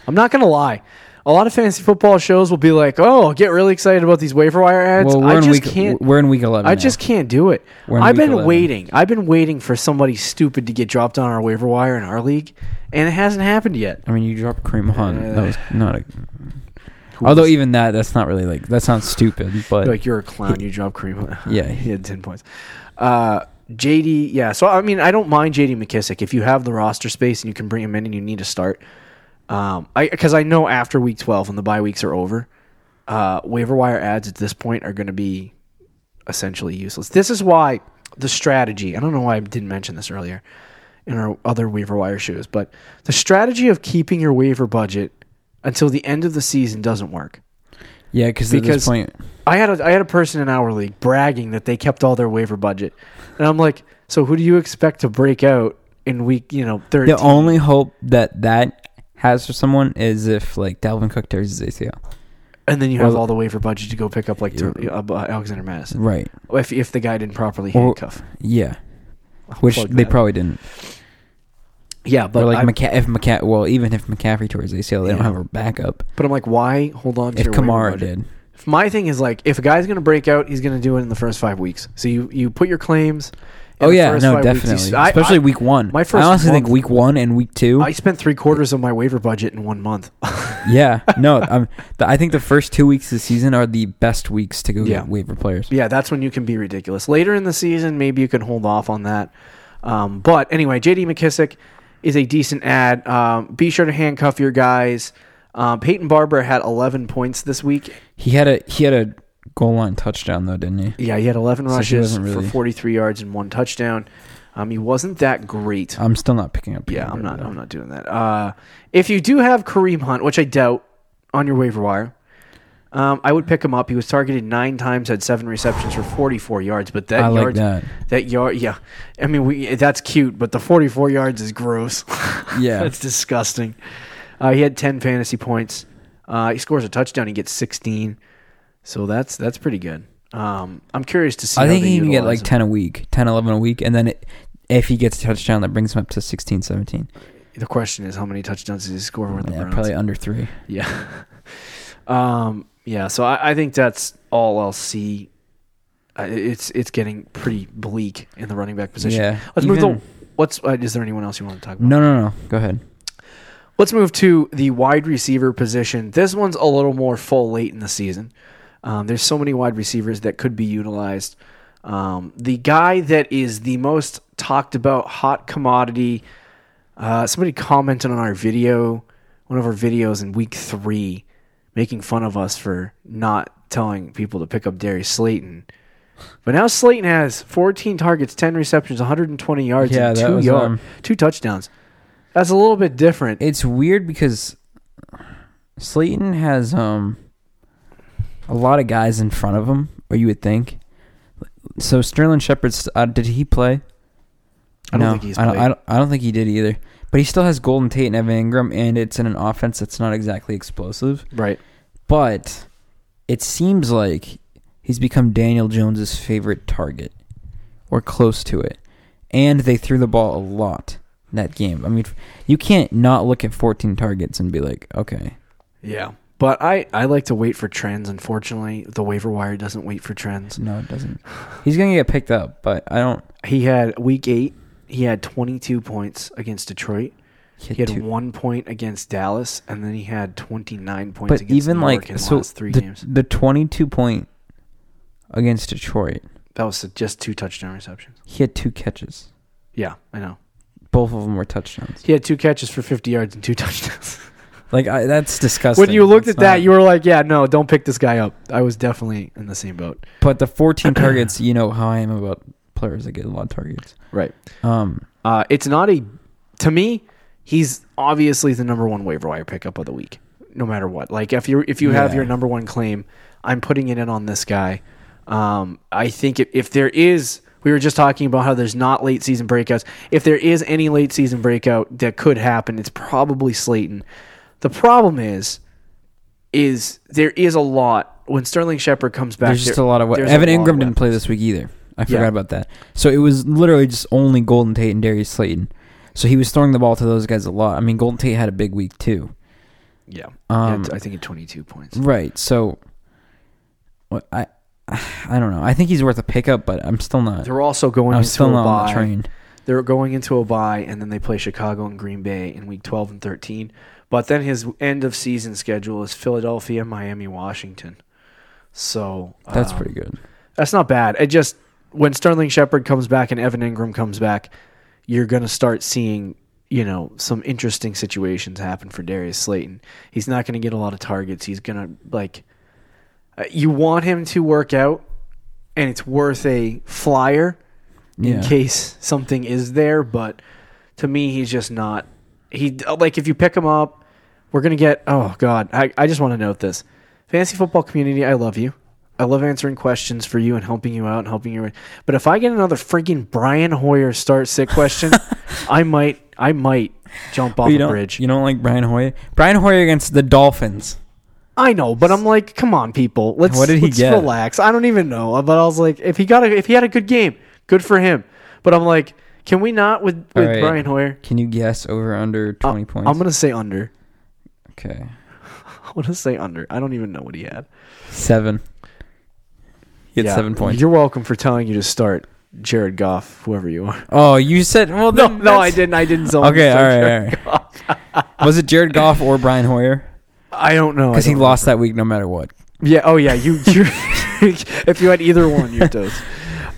I'm not gonna lie. A lot of fantasy football shows will be like, "Oh, get really excited about these waiver wire ads."
Well, we're
I
in
just
week
can't.
we're in week eleven.
I
now.
just can't do it.
We're in
I've
week
been
11.
waiting. I've been waiting for somebody stupid to get dropped on our waiver wire in our league, and it hasn't happened yet.
I mean, you dropped Kareem Hunt.
Uh,
that was not a.
Who
Although
was-
even that, that's not really like that sounds stupid, but
like you're a clown, you dropped Kareem. Hunt."
Yeah.
he had ten points. Uh, JD, yeah. So I mean, I don't mind JD McKissick if you have the roster space and you can bring him in and you need to start. Um, I because I know after week twelve when the bye weeks are over, uh, waiver wire ads at this point are going to be essentially useless. This is why the strategy. I don't know why I didn't mention this earlier in our other waiver wire shoes, but the strategy of keeping your waiver budget until the end of the season doesn't work.
yeah, cause at
because-
this point,
I had a I had a person in our league bragging that they kept all their waiver budget, and I'm like, so who do you expect to break out in week you know thirteen?
the only hope that that has for someone is if like Dalvin Cook tears his ACL.
and then you have
well-
all the waiver budget to go pick up like to, uh, uh, Alexander Madison
Right.
if if the guy didn't properly
Or-
handcuff.
Yeah. Which
Fuck
they
that.
probably didn't.
yeah, but
But or like
I,
McCa- if McCa- well, even if McCaffrey tore his ACL, they
Yeah.
don't have a backup.
but I'm like, why hold on to
If
your waiver
Kamara
budget?
did,
If my thing is like, if a guy's gonna break out, he's gonna do it in the first five weeks. So you you put your claims. in
oh
the
yeah,
first
no,
five weeks. You
definitely,
s- I-
especially
I-
week one.
my
My first
first
I honestly think
month-
week one and week two.
I spent three quarters of my waiver budget in one month.
yeah, no, um, the, I think the first two weeks of the season are the best weeks to go
Yeah.
get waiver players.
yeah, that's when you can be ridiculous. Later in the season, maybe you can hold off on that. Um, but anyway, JD McKissick is a decent ad. Um, be sure to handcuff your guys. Um, Peyton Barber had 11 points this week.
He had a he had a goal line touchdown though, didn't he?
Yeah, he had 11
he
rushes
wasn't really-
for 43 yards and one touchdown. Um, he wasn't that great.
I'm still not picking up.
Yeah, I'm
Peyton
not.
Barber,
I'm not doing that. Uh, if you do have Kareem Hunt, which I doubt, on your waiver wire, um, I would pick him up. He was targeted nine times, had seven receptions for 44 yards. But that
I like
yard,
that.
yard, yeah. I mean, we that's cute, but the 44 yards is gross.
though. Yeah,
that's disgusting. Uh, he had 10 fantasy points. Uh, he scores a touchdown. He gets 16. So that's that's pretty good. Um, I'm curious to see.
I
how
think
they
he can get
utilize
like
him.
10 a week, 10, 11 a week, and then it, if he gets a touchdown, that brings him up to 16, 17.
The question is, how many touchdowns does he score with the
Yeah,
Browns?
probably under three.
Yeah. um, yeah. So I, I think that's all I'll see. Uh, It's it's getting pretty bleak in the running back position.
Yeah,
Let's move to
even-
what's. Uh, is there anyone else you want to talk about?
No, no, no. Go ahead.
Let's move to the wide receiver position. This one's a little more full late in the season. Um, there's so many wide receivers that could be utilized. Um, the guy that is the most talked about hot commodity. Uh, somebody commented on our video, one of our videos in week three, making fun of us for not telling people to pick up Darius Slayton. But now Slayton has 14 targets, 10 receptions, 120 yards,
Yeah,
and
that
two
was,
yard,
um,
two touchdowns. That's a little bit different.
It's weird because Slayton has um a lot of guys in front of him, or you would think. So Sterling Shepard's uh, did he play?
I don't
No,
think he's
I don't,
played.
I, don't, I don't think he did either. But he still has Golden Tate and Evan Ingram, and it's in an offense that's not exactly explosive.
Right.
but it seems like he's become Daniel Jones's favorite target or close to it. And they threw the ball a lot in that game. I mean, you can't not look at 14 targets and be like, okay,
Yeah. But I, I like to wait for trends. Unfortunately, the waiver wire doesn't wait for trends.
no, it doesn't. He's going to get picked up, but I don't.
He had week eight, he had 22 points against Detroit.
He
He had
two-
one point against Dallas, and then he had 29 points
but
against
even
New York
like
in the
so
last three
the,
games.
the 22 point against Detroit,
That was just two touchdown receptions.
he had two catches.
Yeah, I know.
Both of them were touchdowns.
He had two catches for 50 yards and two touchdowns.
Like I, that's disgusting.
when you looked
That's
at that,
not-
you were like, yeah, no, don't pick this guy up. I was definitely in the same boat.
But the 14 targets, you know how I am about players that get a lot of targets.
Right.
Um,
Uh, it's not a, to me, he's obviously the number one waiver wire pickup of the week, no matter what. Like if you if you have
Yeah.
your number one claim, I'm putting it in on this guy. Um, I think if, if there is, we were just talking about how there's not late season breakouts. If there is any late season breakout that could happen, it's probably Slayton. The problem is, is there is a lot when Sterling Shepard comes back,
There's just
there-
a lot of we-
there's
Evan
a lot of
Ingram didn't
weapons.
play this week either. I forgot
Yeah.
about that. So it was literally just only Golden Tate and Darius Slayton. So he was throwing the ball to those guys a lot. I mean, Golden Tate had a big week too.
Yeah,
Um,
Yeah, I think at 22 points.
Right. So what I I don't know. I think he's worth a pickup, but I'm still not.
They're also going
I'm
into
still
a
not on
bye.
the train.
They're going into a bye, and then they play Chicago and Green Bay in week 12 and 13. But then his end of season schedule is Philadelphia, Miami, Washington. So
That's
um,
pretty good.
That's not bad. It just when Sterling Shepard comes back and Evan Ingram comes back, you're gonna start seeing you know some interesting situations happen for Darius Slayton. He's not gonna get a lot of targets. He's gonna like uh, you want him to work out, and it's worth a flyer in
Yeah.
case something is there. But to me, he's just not. He like if you pick him up, we're gonna get. Oh God, I, I just want to note this. Fantasy football community, I love you. I love answering questions for you and helping you out and helping you. But if I get another freaking Brian Hoyer start sit question, I might I might jump off
you
a
don't,
bridge.
You don't like Brian Hoyer? Brian Hoyer against the Dolphins.
I know, but I'm like, come on, people. Let's
What did he
let's
get?
relax. I don't even know. But I was like, if he got a, if he had a good game, good for him. But I'm like, can we not with,
All
with
right.
Brian Hoyer?
Can you guess over under 20 points?
Uh, I'm gonna say under.
okay.
I want to say under. I don't even know what he had.
Seven. He had
Yeah.
seven points.
You're welcome for telling you to start Jared Goff, whoever you are.
Oh, you said well.
No,
then
no, I
that's-
didn't. I didn't. Zone
Okay, all right, all right. Was it Jared Goff or Brian Hoyer?
I don't know. I
Because he
don't
lost that week, no matter what.
know. Yeah. Oh, yeah. You. you if you had either one, you're toast.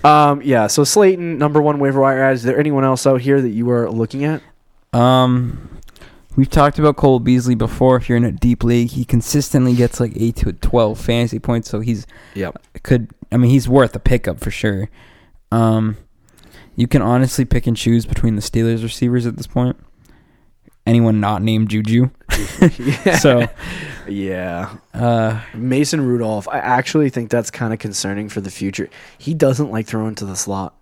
Um, yeah. So Slayton, number one waiver wire ad. Is there anyone else out here that you are looking at?
Um, we've talked about Cole Beasley before. If you're in a deep league, he consistently gets like eight to twelve fantasy points, so he's
Yep.
could. I mean, he's worth a pickup for sure. Um, you can honestly pick and choose between the Steelers receivers at this point. Anyone not named Juju,
yeah.
so
yeah.
uh,
Mason Rudolph, I actually think that's kind of concerning for the future. He doesn't like throwing to the slot.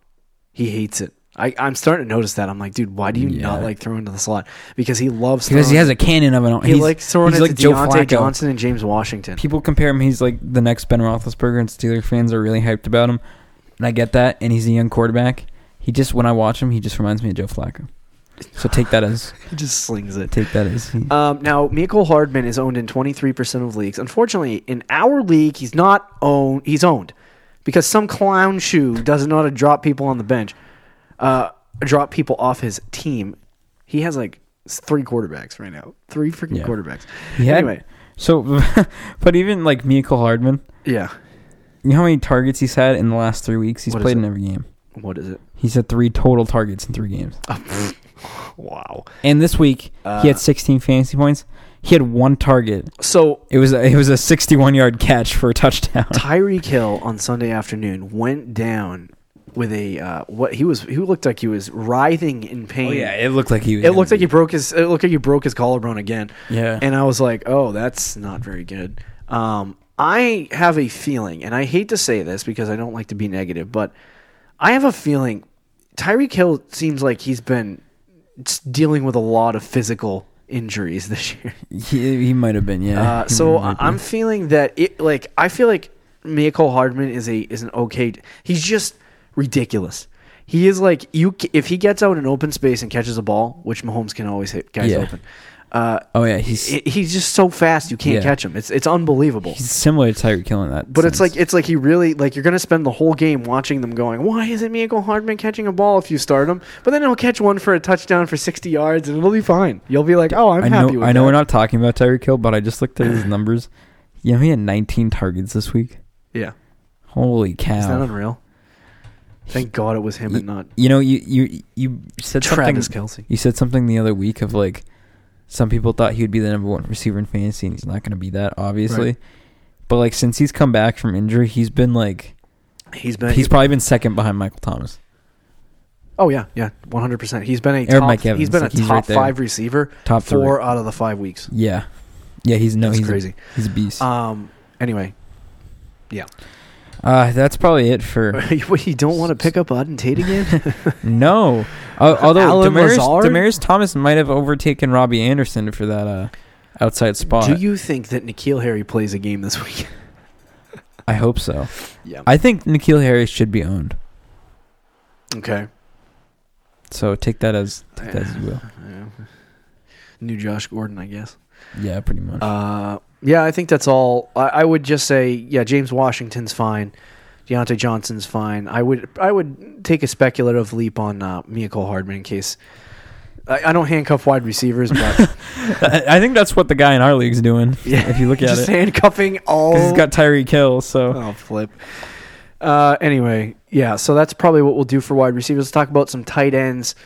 He hates it. I, I'm starting to notice that. I'm like, dude, why do you not
Yeah.
like throwing to the slot? Because he loves
because he
throwing-
has a cannon of an arm,
he
he's-
likes throwing
he's
it
like
to
Joe
Deontay
Flacco.
Johnson and James Washington.
people compare him. He's like the next Ben Roethlisberger, and Steelers fans are really hyped about him. And I get that. And he's a young quarterback. He just when I watch him, he just reminds me of Joe Flacco. So take that as
He just slings it.
take that as he,
Um, now, Michael Hardman is owned in 23% of leagues. Unfortunately, in our league, he's not owned. He's owned because some clown shoe doesn't know how to drop people on the bench, uh, drop people off his team. He has like s- three quarterbacks right now. Three freaking
Yeah.
quarterbacks.
he had.
Anyway,
So, but even like Michael Hardman,
yeah.
you know how many targets he's had in the last three weeks? He's
What is
played
it?
in every game.
What is it?
He's had three total targets in three games.
Uh, Wow.
And this week,
uh,
he had 16 fantasy points. He had one target.
So
It was a, it was a 61 yard catch for a touchdown.
Tyreek Hill on Sunday afternoon went down with a uh, what he was. He looked like he was writhing in pain.
Oh, it looked like he was.
It looked like he broke his. It looked like he broke his collarbone again.
Yeah.
And I was like, oh, that's not very good. Um, I have a feeling, and I hate to say this because I don't like to be negative, but I have a feeling Tyreek Hill seems like he's been s- dealing with a lot of physical injuries this year.
He, he might have been,
Uh,
yeah. He
so
might
I-
have been.
I'm feeling that it like I feel like Michael Hardman is a is an okay. He's just ridiculous. He is like you c- if he gets out in open space and catches a ball, which Mahomes can always hit guys
Yeah.
open. Uh,
Oh yeah, he's
he- he's just so fast you can't
Yeah.
catch him. It's it's unbelievable.
he's similar to Tyreek Hill in that.
But it's
sense.
like it's like he really like you're gonna spend the whole game watching them going. Why isn't Michael Hardman catching a ball if you start him? But then he'll catch one for a touchdown for 60 yards and it'll be fine. You'll be like, oh, I'm
I
happy
know
with
I know
that.
we're not talking about Tyreek Hill, but I just looked at his numbers. You know he had 19 targets this week.
yeah,
Holy
is that
cow!
unreal? Thank God it was him and not
you know you you you said
Travis
something.
Kelsey.
You said something the other week of like some people thought he would be the number one receiver in fantasy, and he's not going to be that obviously.
Right.
But like since he's come back from injury, he's been like
He's been
he's probably been second behind Michael Thomas,
oh yeah yeah 100. percent He's been a
Or
top,
Mike Evans,
he's been
like,
a
he's
top
right there.
five receiver
top three.
four out of the five weeks.
Yeah, yeah. He's no,
That's
he's
crazy.
A, he's a beast.
Um. Anyway,
Uh, that's probably it for
what, you don't want to pick up Auden Tate again?
no. Uh, although
Alan
Damaris,
Lazard?
Damaris Thomas might have overtaken Robbie Anderson for that uh, outside spot.
Do you think that Nikhil Harry plays a game this week?
I hope so.
Yeah.
I think Nikhil Harry should be owned.
Okay.
So take that as take that as you will.
Yeah. New Josh Gordon, I guess.
Yeah, pretty much.
Uh, yeah, I think that's all. I, I would just say, yeah, James Washington's fine. Deontay Johnson's fine. I would I would take a speculative leap on uh, Michael Hardman in case. I, I don't handcuff wide receivers, but
I I think that's what the guy in our league's doing.
Yeah,
if you look at
just oh?
it,
handcuffing all.
'Cause he's got Tyree Kill. So
oh flip. Uh, anyway, yeah, so that's probably what we'll do for wide receivers. Let's talk about some tight ends.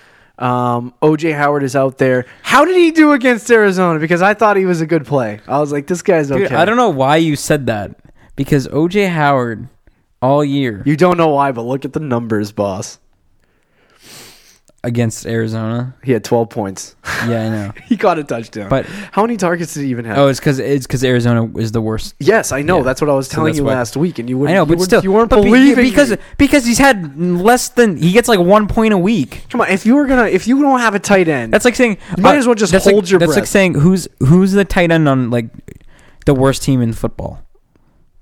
Um, OJ Howard is out there. How did he do against Arizona? Because I thought he was a good play. I was like, this guy's Oh, okay.
Dude, I don't know why you said that because OJ Howard all year
You don't know why, but look at the numbers, boss.
against Arizona.
He had 12 points.
Yeah, I know.
he got a touchdown.
But-
how many targets did he even have?
Oh, it's because it's because Arizona is the worst.
yes, I know.
Yeah.
That's what I was
So
telling
that's
you
why-
last week, and you
I
wouldn't.
know,
you
but
wouldn't-
still,
you weren't
but be-
believing me.
because because he's had less than he gets like one point a week.
Come on, if you were gonna, if you don't have a tight end,
That's like saying uh,
You might as well just
that's
hold
like,
your
That's like
breath.
saying who's who's the tight end on like the worst team in football.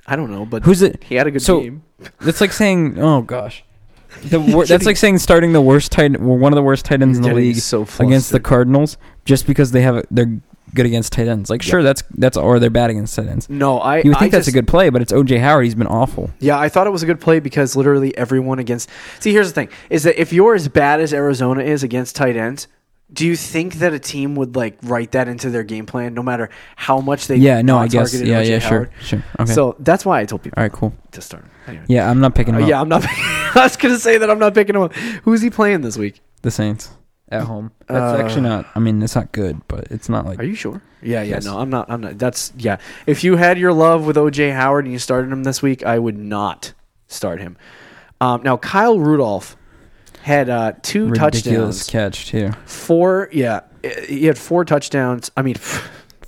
I don't know, but
Who's it?
He had a good
so-
team.
That's like saying oh gosh, the wor- that's like saying starting the worst tight well, one of the worst tight ends in the
Getting
league
so
against the
flustered.
Cardinals just because they have a, they're good against tight ends. Like sure that's that's or they're bad against tight ends.
No, I.
You would think
I
that's
just-
a good play, but it's OJ Howard. He's been awful.
Yeah, I thought it was a good play because literally everyone against. See, here's the thing: is that if you're as bad as Arizona is against tight ends, do you think that a team would like write that into their game plan, no matter how much they?
Yeah, no, I guess.
targeted
Yeah,
O.J.
yeah, sure,
Howard?
sure. Okay.
So that's why I told people
all right, cool.
to start. him. Anyway.
Yeah, I'm not picking
Uh,
him up.
yeah, I'm not. I was gonna say that I'm not picking him up. Who's he playing this week?
the Saints at home. That's
Uh,
actually not. I mean, it's not good, but it's not like
Are you sure? Yeah, yeah.
Yes.
No, I'm not. I'm not. That's yeah. If you had your love with OJ Howard and you started him this week, I would not start him. Um, now Kyle Rudolph had uh, two touchdowns.
ridiculous catch too.
Four. Yeah, eh, he had four touchdowns. I mean.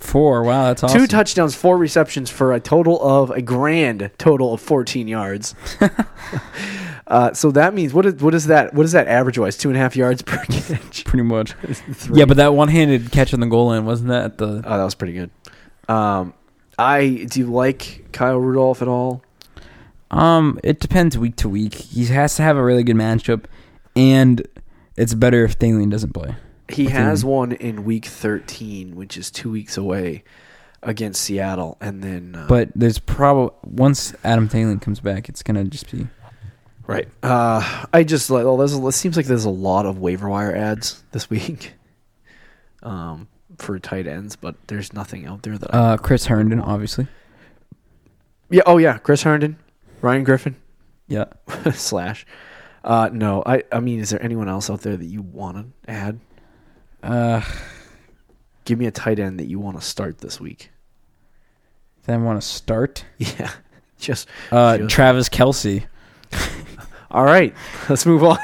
Four. Wow, that's awesome.
Two touchdowns, four receptions for a total of a grand total of 14 yards. uh, so that means what is what is that? What is that average wise? Two and a half yards per catch.
pretty much.
Three.
Yeah, but that one-handed catch on the goal line wasn't that at the?
Oh, that was pretty good. Um, I do you like Kyle Rudolph at all?
Um, it depends week to week. He has to have a really good matchup, and it's better if Thalen doesn't play.
He
What do you
has one in week 13, which is two weeks away against Seattle, and then uh,
But there's probably once Adam Thalen comes back, it's gonna just be.
right. Uh, I just like well, there's a, it seems like there's a lot of waiver wire ads this week, um, for tight ends, but there's nothing out there that. I,
Uh, Chris Herndon, obviously.
yeah. Oh yeah, Chris Herndon, Ryan Griffin
Yeah.
slash. Uh, no, I I mean, is there anyone else out there that you want to add?
Uh,
Give me a tight end that you want to start this week.
then want to start.
Yeah. Just
Uh,
Just-
Travis Kelsey.
all right. Let's move on.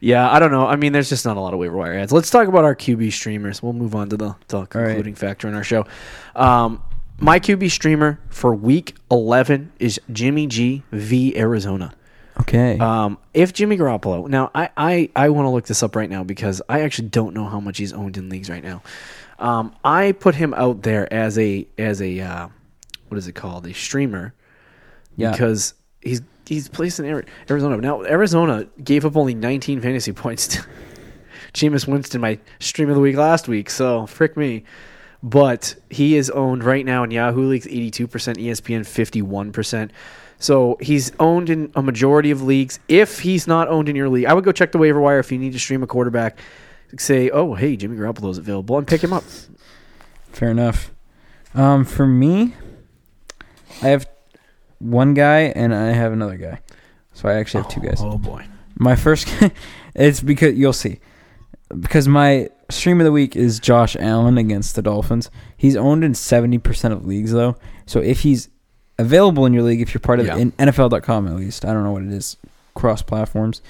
yeah, I don't know. I mean, there's just not a lot of waiver wire ads. Let's talk about our QB streamers. We'll move on to the, to the
right.
concluding factor in our show. Um, my QB streamer for week 11 is Jimmy G v Arizona.
Okay.
Um, if Jimmy Garoppolo, now I I, I want to look this up right now because I actually don't know how much he's owned in leagues right now. Um, I put him out there as a as a uh, what is it called a streamer
Yeah.
because he's he's placed in Ari- Arizona now. Arizona gave up only 19 fantasy points. to Jameis Winston, my stream of the week last week, so frick me. But he is owned right now in Yahoo leagues E 82%, ESPN 51%. So he's owned in a majority of leagues. If he's not owned in your league, I would go check the waiver wire if you need to stream a quarterback. Say, oh, hey, Jimmy Garoppolo's available and pick him up.
Fair enough. Um, for me, I have one guy and I have another guy, so I actually have two guys.
Oh, boy.
My first, it's because you'll see, because my stream of the week is Josh Allen against the Dolphins. He's owned in seventy percent of leagues though, so if he's available in your league, if you're part of
Yeah.
in NFL.com at least, I don't know what it is, cross platforms,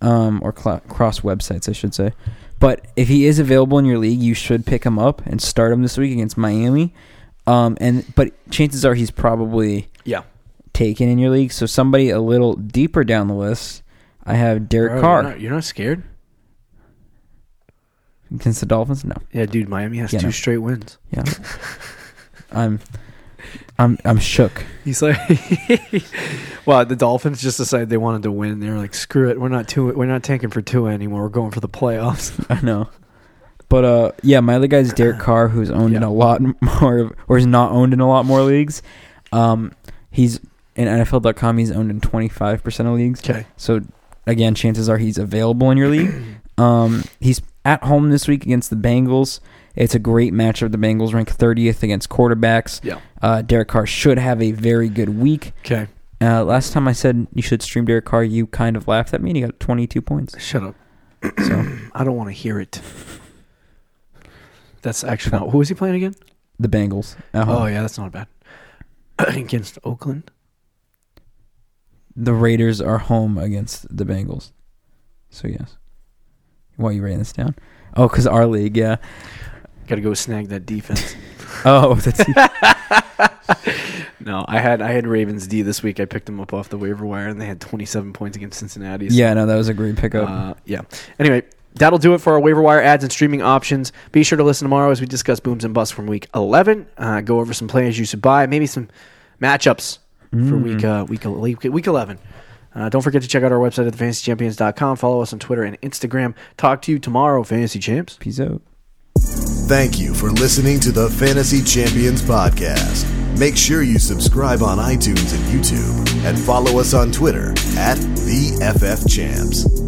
um, or cla cross websites, I should say. But if he is available in your league, you should pick him up and start him this week against Miami. Um, and but chances are he's probably
Yeah.
taken in your league. So somebody a little deeper down the list, I have Derek
Bro, you're
Carr
not- you're not scared?
against the Dolphins. No,
Yeah, dude, Miami has
Yeah,
two
no.
straight wins.
yeah, I'm I'm I'm shook.
He's like, well, the Dolphins just decided they wanted to win. They were like, screw it, we're not two, we're not tanking for Tua anymore. We're going for the playoffs.
I know. But uh, yeah, my other guy's Derek Carr, who's owned in
Yeah.
a lot more, or is not owned in a lot more leagues. Um, he's in NFL.com. He's owned in 25 percent of leagues.
Okay,
So again, chances are he's available in your league. Um, he's at home this week against the Bengals. It's a great matchup. The Bengals rank 30th against quarterbacks.
yeah,
Uh, Derek Carr should have a very good week.
okay.
Uh, last time I said you should stream Derek Carr, you kind of laughed at me. and He got 22 points.
Shut up.
So
I don't want to hear it. That's actually not. Who was he playing again?
the Bengals at home.
Oh yeah, that's not bad. Against Oakland.
The Raiders are home against the Bengals. So yes. Why are you writing this down? Oh, because our league, yeah.
Got to go snag that defense.
Oh, that's
no, I had I had Ravens D this week. I picked them up off the waiver wire, and they had 27 points against Cincinnati. so
yeah. No, that was a great pickup.
Uh, yeah. Anyway, that'll do it for our waiver wire ads and streaming options. Be sure to listen tomorrow as we discuss booms and busts from week 11. Uh, go over some players you should buy, maybe some matchups for week uh, week el- week week 11. Uh, don't forget to check out our website at thefantasychampions.com. Follow us on Twitter and Instagram. Talk to you tomorrow, Fantasy Champs.
Peace out.
Thank you for listening to the Fantasy Champions Podcast. Make sure you subscribe on iTunes and YouTube and follow us on Twitter at the FF Champs.